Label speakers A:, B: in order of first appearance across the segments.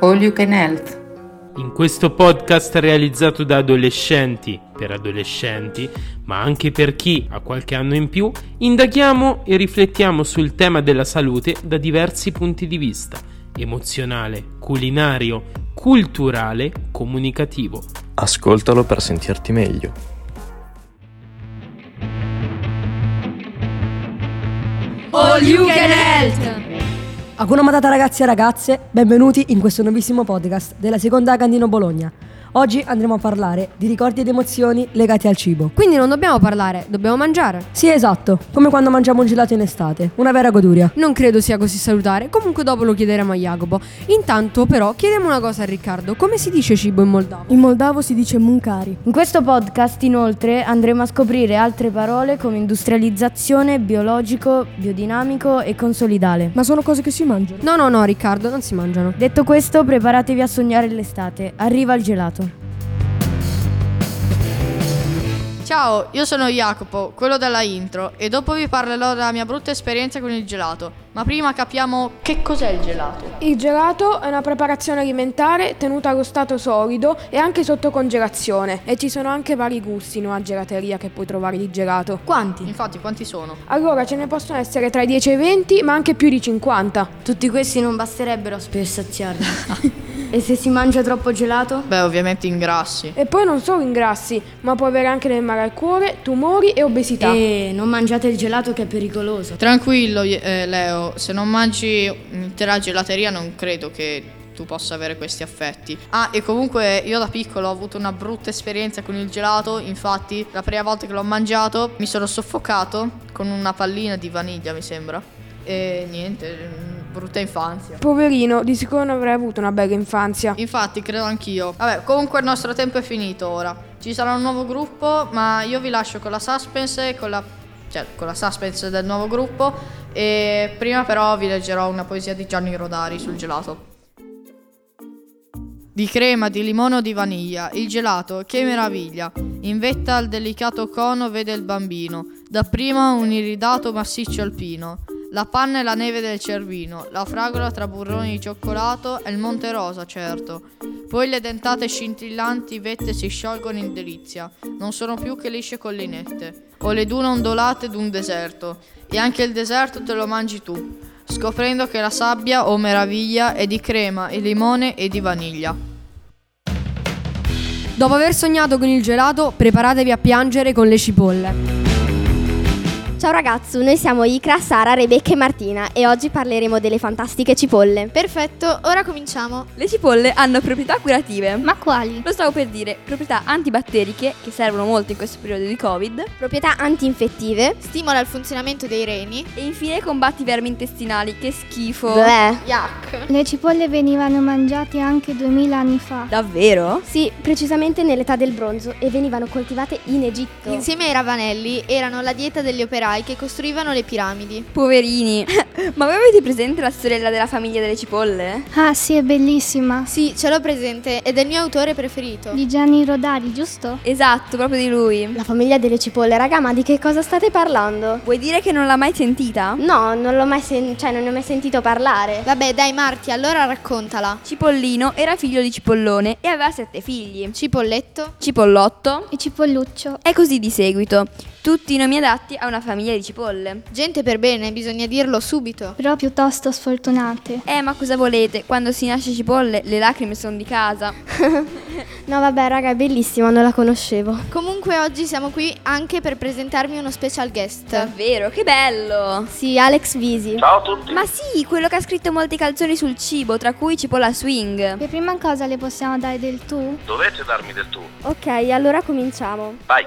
A: All You Can Health.
B: In questo podcast realizzato da adolescenti, per adolescenti, ma anche per chi ha qualche anno in più, indaghiamo e riflettiamo sul tema della salute da diversi punti di vista, emozionale, culinario, culturale, comunicativo.
C: Ascoltalo per sentirti meglio.
D: All You Can Health.
E: Hakuna Matata ragazzi e ragazze, benvenuti in questo nuovissimo podcast della seconda Candino Bologna. Oggi andremo a parlare di ricordi ed emozioni legati al cibo.
D: Quindi non dobbiamo parlare, dobbiamo mangiare.
E: Sì, esatto, come quando mangiamo un gelato in estate, una vera goduria.
D: Non credo sia così salutare, comunque dopo lo chiederemo a Jacopo. Intanto però chiediamo una cosa a Riccardo, come si dice cibo in moldavo?
F: In moldavo si dice munkari.
G: In questo podcast inoltre andremo a scoprire altre parole come industrializzazione, biologico, biodinamico e consolidale.
F: Ma sono cose che si mangiano.
D: No, no, no Riccardo, non si mangiano.
G: Detto questo, preparatevi a sognare l'estate. Arriva il gelato.
H: Ciao, io sono Jacopo, quello della intro, e dopo vi parlerò della mia brutta esperienza con il gelato. Ma prima capiamo che cos'è il gelato.
I: Il gelato è una preparazione alimentare tenuta allo stato solido e anche sotto congelazione e ci sono anche vari gusti in una gelateria che puoi trovare di gelato.
D: Quanti?
H: Infatti, quanti sono?
I: Allora ce ne possono essere tra i 10 e i 20 ma anche più di 50.
G: Tutti questi non basterebbero per saziarli. e se si mangia troppo gelato?
H: Beh, ovviamente ingrassi.
I: E poi non solo ingrassi ma può avere anche del male al cuore, tumori e obesità.
G: E non mangiate il gelato che è pericoloso.
H: Tranquillo, eh, Leo, se non mangi un'intera gelateria non credo che tu possa avere questi affetti. Ah, e comunque io da piccolo ho avuto una brutta esperienza con il gelato, infatti la prima volta che l'ho mangiato mi sono soffocato con una pallina di vaniglia, mi sembra. E niente, mm, brutta infanzia.
I: Poverino, di sicuro non avrai avuto una bella infanzia.
H: Infatti, credo anch'io. Vabbè, comunque il nostro tempo è finito ora. Ci sarà un nuovo gruppo, ma io vi lascio con la suspense e con la. cioè, con la suspense del nuovo gruppo. E prima però vi leggerò una poesia di Gianni Rodari sul gelato. Di crema, di limone o di vaniglia, il gelato, che meraviglia! In vetta al delicato cono vede il bambino, dapprima un iridato massiccio alpino. La panna e la neve del cervino, la fragola tra burroni di cioccolato e il monte rosa, certo. Poi le dentate scintillanti vette si sciolgono in delizia, non sono più che lisce collinette, o le dune ondolate d'un deserto, e anche il deserto te lo mangi tu, scoprendo che la sabbia, o meraviglia, è di crema e limone e di vaniglia.
D: Dopo aver sognato con il gelato, preparatevi a piangere con le cipolle.
J: Ciao ragazzi, noi siamo Icra, Sara, Rebecca e Martina e oggi parleremo delle fantastiche cipolle.
K: Perfetto, ora cominciamo.
L: Le cipolle hanno proprietà curative.
K: Ma quali?
L: Lo stavo per dire, proprietà antibatteriche che servono molto in questo periodo di Covid
J: Proprietà antinfettive.
K: Stimola il funzionamento dei reni.
L: e infine combatti i vermi intestinali, che schifo.
J: Bleh.
K: Yuck.
M: Le cipolle venivano mangiate anche 2000 anni fa.
L: Davvero?
J: Sì, precisamente nell'età del bronzo e venivano coltivate in Egitto.
K: Insieme ai ravanelli erano la dieta degli operai che costruivano le piramidi.
L: Poverini. Ma voi avete presente la sorella della famiglia delle cipolle?
M: Ah sì, è bellissima.
K: Sì, ce l'ho presente ed è il mio autore preferito.
M: Di Gianni Rodari, giusto?
L: Esatto, proprio di lui.
J: La famiglia delle cipolle, raga, ma di che cosa state parlando?
L: Vuoi dire che non l'ha mai sentita?
J: No, non l'ho mai sen- cioè non ne ho mai sentito parlare.
K: Vabbè, dai Marti, allora raccontala.
L: Cipollino era figlio di Cipollone e aveva sette figli.
K: Cipolletto,
L: Cipollotto.
M: E Cipolluccio.
L: E così di seguito. Tutti i nomi adatti a una famiglia di cipolle.
K: gente per bene, bisogna dirlo subito.
M: Però piuttosto sfortunate.
L: Eh, ma cosa volete? Quando si nasce cipolle, le lacrime sono di casa.
J: No, vabbè, raga, è bellissima, non la conoscevo.
K: Comunque oggi siamo qui anche per presentarmi uno special guest.
L: Davvero, che bello!
J: Sì, Alex Visi.
L: Ma sì, quello che ha scritto molte calzoni sul cibo, tra cui Cipolla Swing.
M: Per prima cosa le possiamo dare del tu?
N: Dovete darmi del tu.
J: Ok, allora cominciamo.
N: Vai.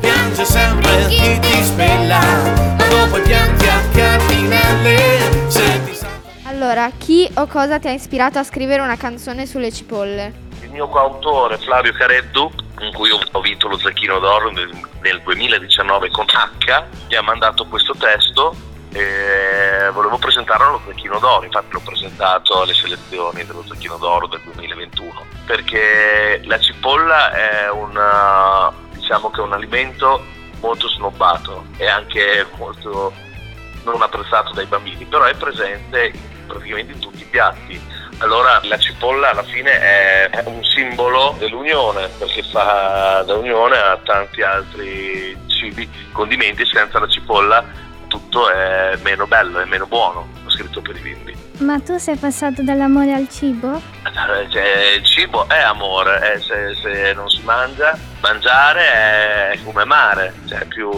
O: piange sempre chi ti spella, ma dopo i pianti a cardinale, se ti sa...
K: Allora, chi o cosa ti ha ispirato a scrivere una canzone sulle cipolle?
N: Il mio coautore Flavio Careddu, con cui ho vinto lo Zecchino d'Oro nel, nel 2019 con H, mi ha mandato questo testo e volevo presentarlo allo Zecchino d'Oro, infatti l'ho presentato alle selezioni dello Zecchino d'Oro del 2021, perché la cipolla è un, diciamo che è un alimento molto snobbato e anche molto non apprezzato dai bambini, però è presente in praticamente in tutti i piatti. Allora la cipolla alla fine è è un simbolo dell'unione, perché fa da unione a tanti altri cibi, condimenti, senza la cipolla tutto è meno bello, è meno buono, ho scritto per i bimbi.
M: Ma tu sei passato dall'amore al cibo?
N: Eh, cioè, il cibo è amore, eh, se, se non si mangia, mangiare è come amare, cioè, più,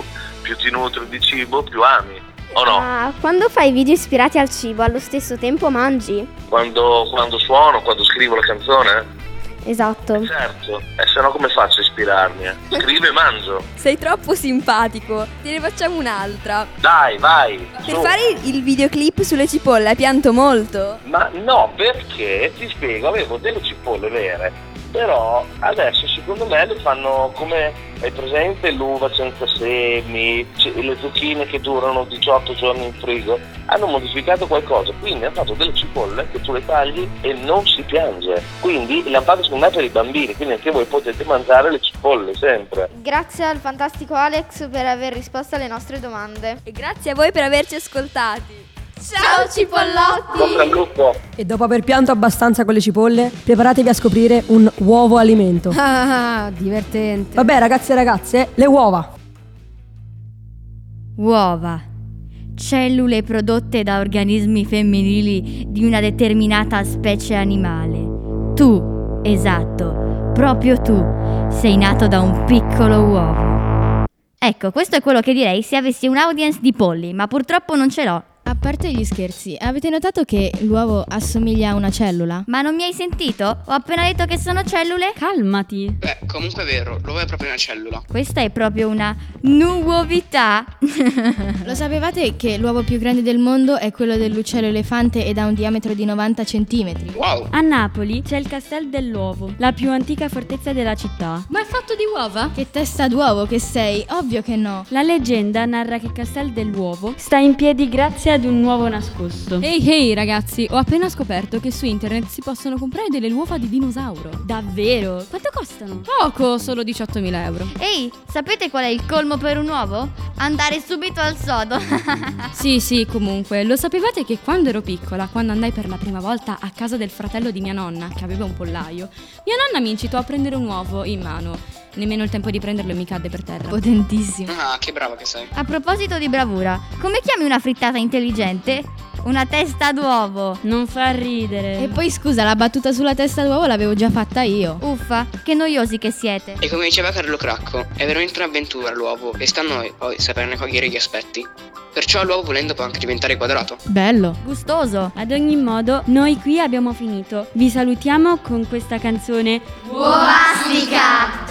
N: più ti nutri di cibo più ami, o no?
J: Ah, quando fai video ispirati al cibo, allo stesso tempo mangi?
N: Quando, quando suono, quando scrivo la canzone?
J: Esatto.
N: Certo, e se no come faccio a ispirarmi? eh? Scrivo e mangio.
L: Sei troppo simpatico. Te ne facciamo un'altra.
N: Dai, vai.
L: Per
N: su.
L: fare il- il videoclip sulle cipolle hai pianto molto.
N: Ma no, perché ti spiego, avevo delle cipolle vere, però adesso secondo me le fanno come hai presente l'uva senza semi, c- le zucchine che durano 18 giorni in frigo, hanno modificato qualcosa, quindi hanno fatto delle cipolle che tu le tagli e non si piange. Quindi le hanno fatte secondo me per i bambini, quindi anche voi potete mangiare le cipolle sempre.
K: Grazie al fantastico Alex per aver risposto alle nostre domande.
L: E grazie a voi per averci ascoltati.
K: Ciao
N: Bocca al
K: cipollotti!
N: lupo!
E: E dopo aver pianto abbastanza con le cipolle, preparatevi a scoprire un uovo alimento.
D: Ah, divertente.
E: Vabbè ragazzi e ragazze, le uova.
A: Uova. Cellule prodotte da organismi femminili di una determinata specie animale. Tu, esatto, proprio tu, sei nato da un piccolo uovo. Ecco, questo è quello che direi se avessi un'audience di polli, ma purtroppo non ce l'ho.
P: A parte gli scherzi, avete notato che l'uovo assomiglia a una cellula?
A: Ma non mi hai sentito? Ho appena detto che sono cellule? Calmati.
Q: Beh, comunque è vero, l'uovo è proprio una cellula.
A: Questa è proprio una nuovità.
P: Lo sapevate che l'uovo più grande del mondo è quello dell'uccello elefante ed ha un diametro di 90 cm?
Q: Wow!
R: A Napoli c'è il Castel dell'Uovo, la più antica fortezza della città.
P: Ma è fatto di uova? Che testa d'uovo che sei, ovvio che no.
R: La leggenda narra che il Castel dell'Uovo sta in piedi grazie ad un uovo nascosto.
S: Ehi ehi ragazzi, ho appena scoperto che su internet si possono comprare delle uova di dinosauro.
R: Davvero? Quanto costano?
S: Poco, solo 18.000 euro.
A: Ehi, sapete qual è il colmo per un uovo? Andare subito al sodo.
S: Sì, sì, comunque, lo sapevate che quando ero piccola, quando andai per la prima volta a casa del fratello di mia nonna, che aveva un pollaio, mia nonna mi incitò a prendere un uovo in mano. Nemmeno il tempo di prenderlo mi cadde per terra.
A: Potentissimo.
Q: Ah, che brava che sei.
A: A proposito di bravura, come chiami una frittata intelligente? Una testa d'uovo.
R: Non fa ridere.
S: Eh.
P: E poi scusa, la battuta sulla testa d'uovo l'avevo già fatta io.
A: Uffa, che noiosi che siete.
T: Ecco.
Q: E come diceva Carlo Cracco, è veramente un'avventura l'uovo e sta a noi poi saperne cogliere gli aspetti. Perciò l'uovo volendo può anche diventare quadrato.
P: Bello.
A: Gustoso.
R: Ad ogni modo, noi qui abbiamo finito. Vi salutiamo con questa canzone.
A: Uovastica!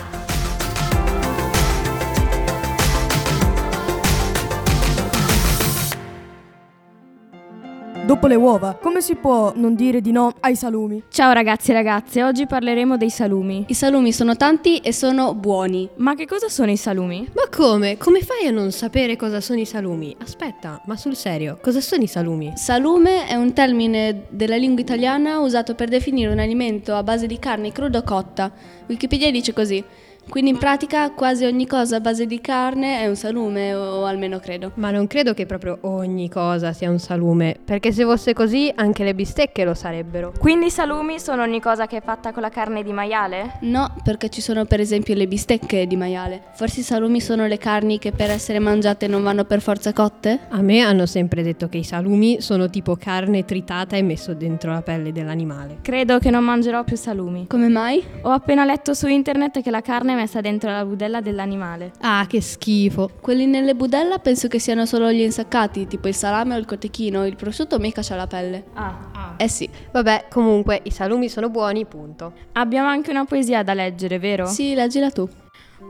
F: Dopo le uova, come si può non dire di no ai salumi?
T: Ciao ragazzi e ragazze, oggi parleremo dei salumi. I salumi sono tanti e sono buoni. Ma che cosa sono i salumi?
U: Ma come? Come fai a non sapere cosa sono i salumi? Aspetta, ma sul serio, cosa sono i salumi?
T: Salume è un termine della lingua italiana usato per definire un alimento a base di carne cruda o cotta. Wikipedia dice così. Quindi in pratica quasi ogni cosa a base di carne è un salume, o almeno credo.
U: Ma non credo che proprio ogni cosa sia un salume, perché se fosse così anche le bistecche lo sarebbero.
T: Quindi i salumi sono ogni cosa che è fatta con la carne di maiale? No, perché ci sono per esempio le bistecche di maiale. Forse i salumi sono le carni che per essere mangiate non vanno per forza cotte?
U: A me hanno sempre detto che i salumi sono tipo carne tritata e messo dentro la pelle dell'animale.
T: Credo che non mangerò più salumi. Come mai? Ho appena letto su internet che la carne è messa dentro la budella dell'animale.
U: Ah, che schifo.
T: Quelli nelle budella penso che siano solo gli insaccati, tipo il salame o il cotechino, il prosciutto mica c'ha la pelle.
U: Ah.
T: Eh sì.
U: Vabbè, comunque i salumi sono buoni, punto.
T: Abbiamo anche una poesia da leggere, vero? Sì, leggila tu.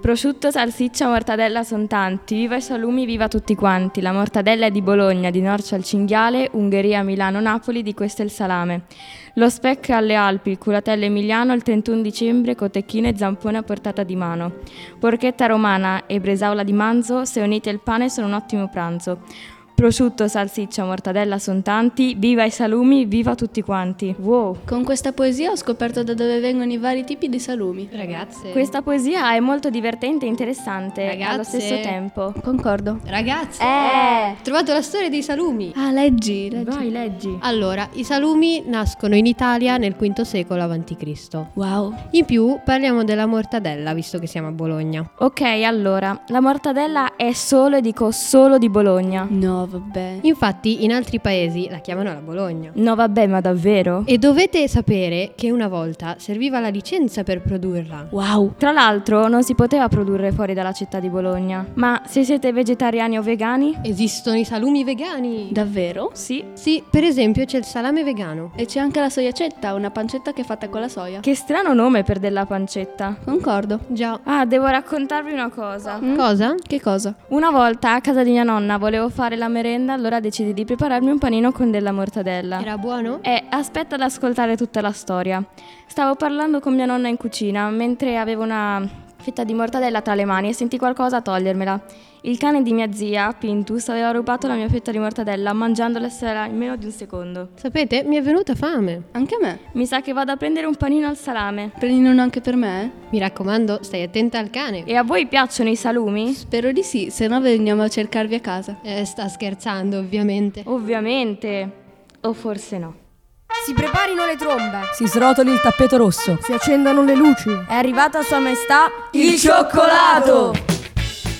T: Prosciutto, salsiccia, mortadella sono tanti, viva i salumi, viva tutti quanti. La mortadella è di Bologna, di Norcia al Cinghiale, Ungheria, Milano, Napoli, di questo è il salame. Lo spec alle Alpi, il curatello emiliano, il 31 dicembre, cotechino e zampone a portata di mano. Porchetta romana e bresaola di manzo, se unite il pane sono un ottimo pranzo. Prosciutto, salsiccia, mortadella son tanti, viva i salumi, viva tutti quanti. Wow.
B: Con questa poesia ho scoperto da dove vengono i vari tipi di salumi.
T: Ragazze. Questa poesia è molto divertente e interessante allo stesso tempo.
B: Concordo.
V: Ragazzi,
B: Eh.
V: ho trovato la storia dei salumi.
B: Ah, leggi,
V: Vai, leggi. Allora, i salumi nascono in Italia nel V secolo a.C.
B: Wow.
V: In più, parliamo della mortadella, visto che siamo a Bologna.
T: Ok, allora, la mortadella è solo e dico solo di Bologna.
B: No, vabbè.
V: Infatti, in altri paesi la chiamano la Bologna.
T: No, vabbè, ma davvero?
V: E dovete sapere che una volta serviva la licenza per produrla.
B: Wow.
T: Tra l'altro, non si poteva produrre fuori dalla città di Bologna. Ma se siete vegetariani o vegani?
V: Esistono i salumi vegani.
B: Davvero?
T: Sì.
V: Sì, per esempio c'è il salame vegano.
B: E c'è anche la soiacetta, una pancetta che è fatta con la soia.
T: Che strano nome per della pancetta.
B: Concordo.
V: Già. Mm.
T: Ah, devo raccontarvi una cosa.
V: Cosa?
B: Che cosa?
T: Una volta a casa di mia nonna volevo fare la merenda, allora decidi di prepararmi un panino con della mortadella.
V: Era buono?
T: Eh, aspetta ad ascoltare tutta la storia. Stavo parlando con mia nonna in cucina mentre avevo una fetta di mortadella tra le mani e sentì qualcosa togliermela. Il cane di mia zia, Pintus, aveva rubato la mia fetta di mortadella mangiandola in meno di un secondo.
V: Sapete, mi è venuta fame.
B: Anche a me.
T: Mi sa che vado a prendere un panino al salame.
B: Prendine uno anche per me? eh?
V: Mi raccomando, stai attenta al cane.
T: E a voi piacciono i salumi?
B: Spero di sì, se no veniamo a cercarvi a casa.
V: Eh, sta scherzando, ovviamente.
T: Ovviamente. O forse no.
D: Si preparino le trombe.
E: Si srotoli il tappeto rosso.
D: Si accendano le luci.
G: È arrivata Sua Maestà
E: Il cioccolato!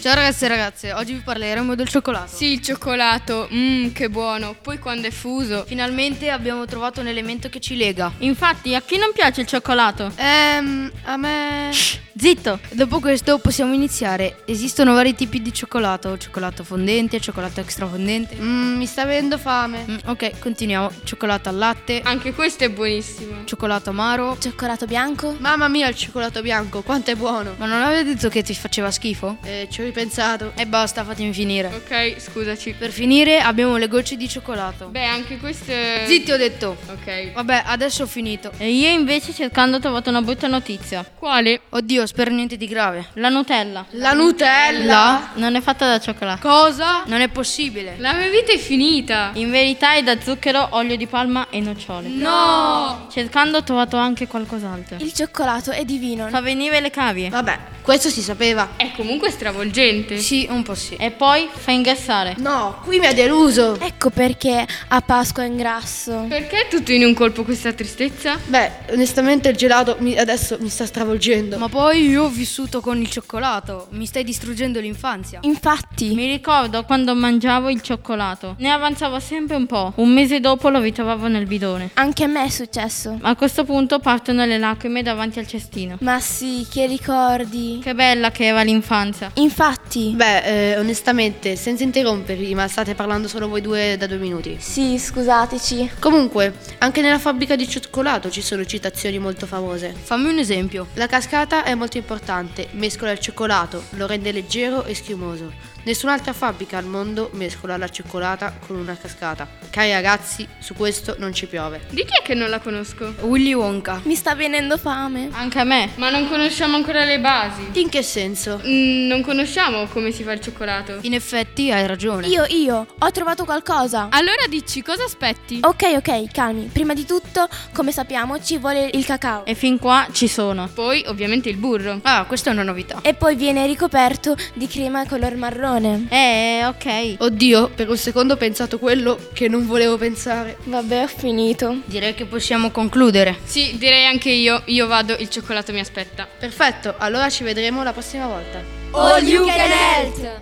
W: Ciao ragazzi e ragazze, oggi vi parleremo del cioccolato. Sì, il cioccolato, mmm, che buono. Poi quando è fuso, finalmente abbiamo trovato un elemento che ci lega. Infatti, a chi non piace il cioccolato? Ehm, a me. Zitto! Dopo questo possiamo iniziare. Esistono vari tipi di cioccolato, cioccolato fondente, cioccolato extra fondente. Mmm, mi sta avendo fame.
X: Mm,
W: ok, continuiamo. Cioccolato al latte. Anche questo è buonissimo. Cioccolato amaro. Cioccolato bianco. Mamma mia, il cioccolato bianco, quanto è buono. Ma non avete detto che ti faceva schifo? Eh, ci ho ripensato. E basta, fatemi finire.
X: Ok, scusaci.
W: Per finire abbiamo le gocce di cioccolato.
X: Beh, anche queste.
W: Zitti ho detto.
X: Ok.
W: Vabbè, adesso ho finito.
X: E io invece cercando ho trovato una brutta notizia. Quale?
W: Oddio, spero niente di grave.
X: La Nutella.
W: La Nutella?
X: Non è fatta da cioccolato.
W: Cosa? Non è possibile.
X: La mia vita è finita. In verità è da zucchero, olio di palma e nocciole.
W: No!
X: Cercando ho trovato anche qualcos'altro.
B: Il cioccolato è divino.
X: Fa venire le cavie.
W: Vabbè, questo si sapeva.
X: È comunque stravolgente.
W: Sì, un po' sì.
X: E poi fa ingrassare.
W: No, qui mi ha deluso.
B: Ecco perché a Pasqua è ingrasso.
X: Perché tutto in un colpo questa tristezza?
W: Beh, onestamente il gelato mi- adesso mi sta stravolgendo. Ma poi io ho vissuto con il cioccolato. Mi stai distruggendo l'infanzia.
B: Infatti.
X: Mi ricordo quando mangiavo il cioccolato. Ne avanzavo sempre un po'. Un mese dopo lo ritrovavo nel bidone.
B: Anche a me è successo.
X: A questo punto partono le lacrime davanti al cestino.
B: Ma sì, che ricordi.
X: Che bella che era l'infanzia.
B: Infatti.
W: Beh, eh, onestamente, senza interrompervi, ma state parlando solo voi due da due minuti.
B: Sì, scusateci.
W: Comunque, anche nella fabbrica di cioccolato ci sono citazioni molto famose. Fammi un esempio. La cascata è molto importante, mescola il cioccolato, lo rende leggero e schiumoso. Nessun'altra fabbrica al mondo mescola la cioccolata con una cascata. Cari ragazzi, su questo non ci piove.
X: Di chi è che non la conosco?
W: Willy Wonka.
B: Mi sta venendo fame.
X: Anche a me. Ma non conosciamo ancora le basi.
W: In che senso?
X: Mm, non conosciamo come si fa il cioccolato.
W: In effetti hai ragione.
B: Io, io, ho trovato qualcosa.
X: Allora dici, cosa aspetti?
B: Ok, ok, calmi. Prima di tutto, come sappiamo, ci vuole il cacao.
X: E fin qua ci sono. Poi ovviamente il burro.
W: Ah, questa è una novità.
B: E poi viene ricoperto di crema color marrone.
X: Eh, ok.
W: Oddio, per un secondo ho pensato quello che non volevo pensare.
B: Vabbè, ho finito.
W: Direi che possiamo concludere.
X: Sì, direi anche io. Io vado, il cioccolato mi aspetta.
W: Perfetto, allora ci vedremo la prossima volta.
B: All you can eat!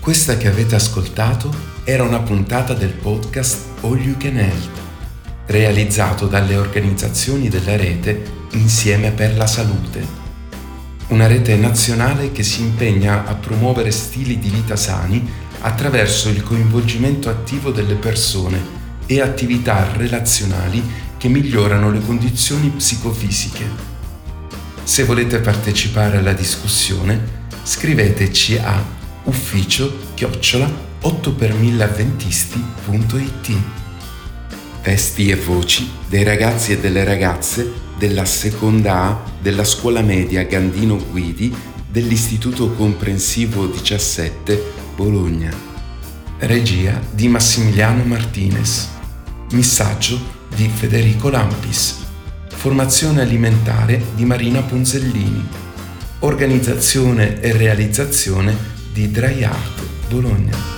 Y: Questa che avete ascoltato era una puntata del podcast All You Can Help, realizzato dalle organizzazioni della rete Insieme per la Salute, una rete nazionale che si impegna a promuovere stili di vita sani attraverso il coinvolgimento attivo delle persone e attività relazionali che migliorano le condizioni psicofisiche. Se volete partecipare alla discussione, scriveteci a ufficio chiocciola 8per1000avventisti.it Testi e voci dei ragazzi e delle ragazze della seconda A della scuola media Gandino Guidi dell'Istituto Comprensivo 17 Bologna. Regia di Massimiliano Martinez. Missaggio di Federico Lampis. Formazione alimentare di Marina Ponzellini. Organizzazione e realizzazione di Draiart Bologna.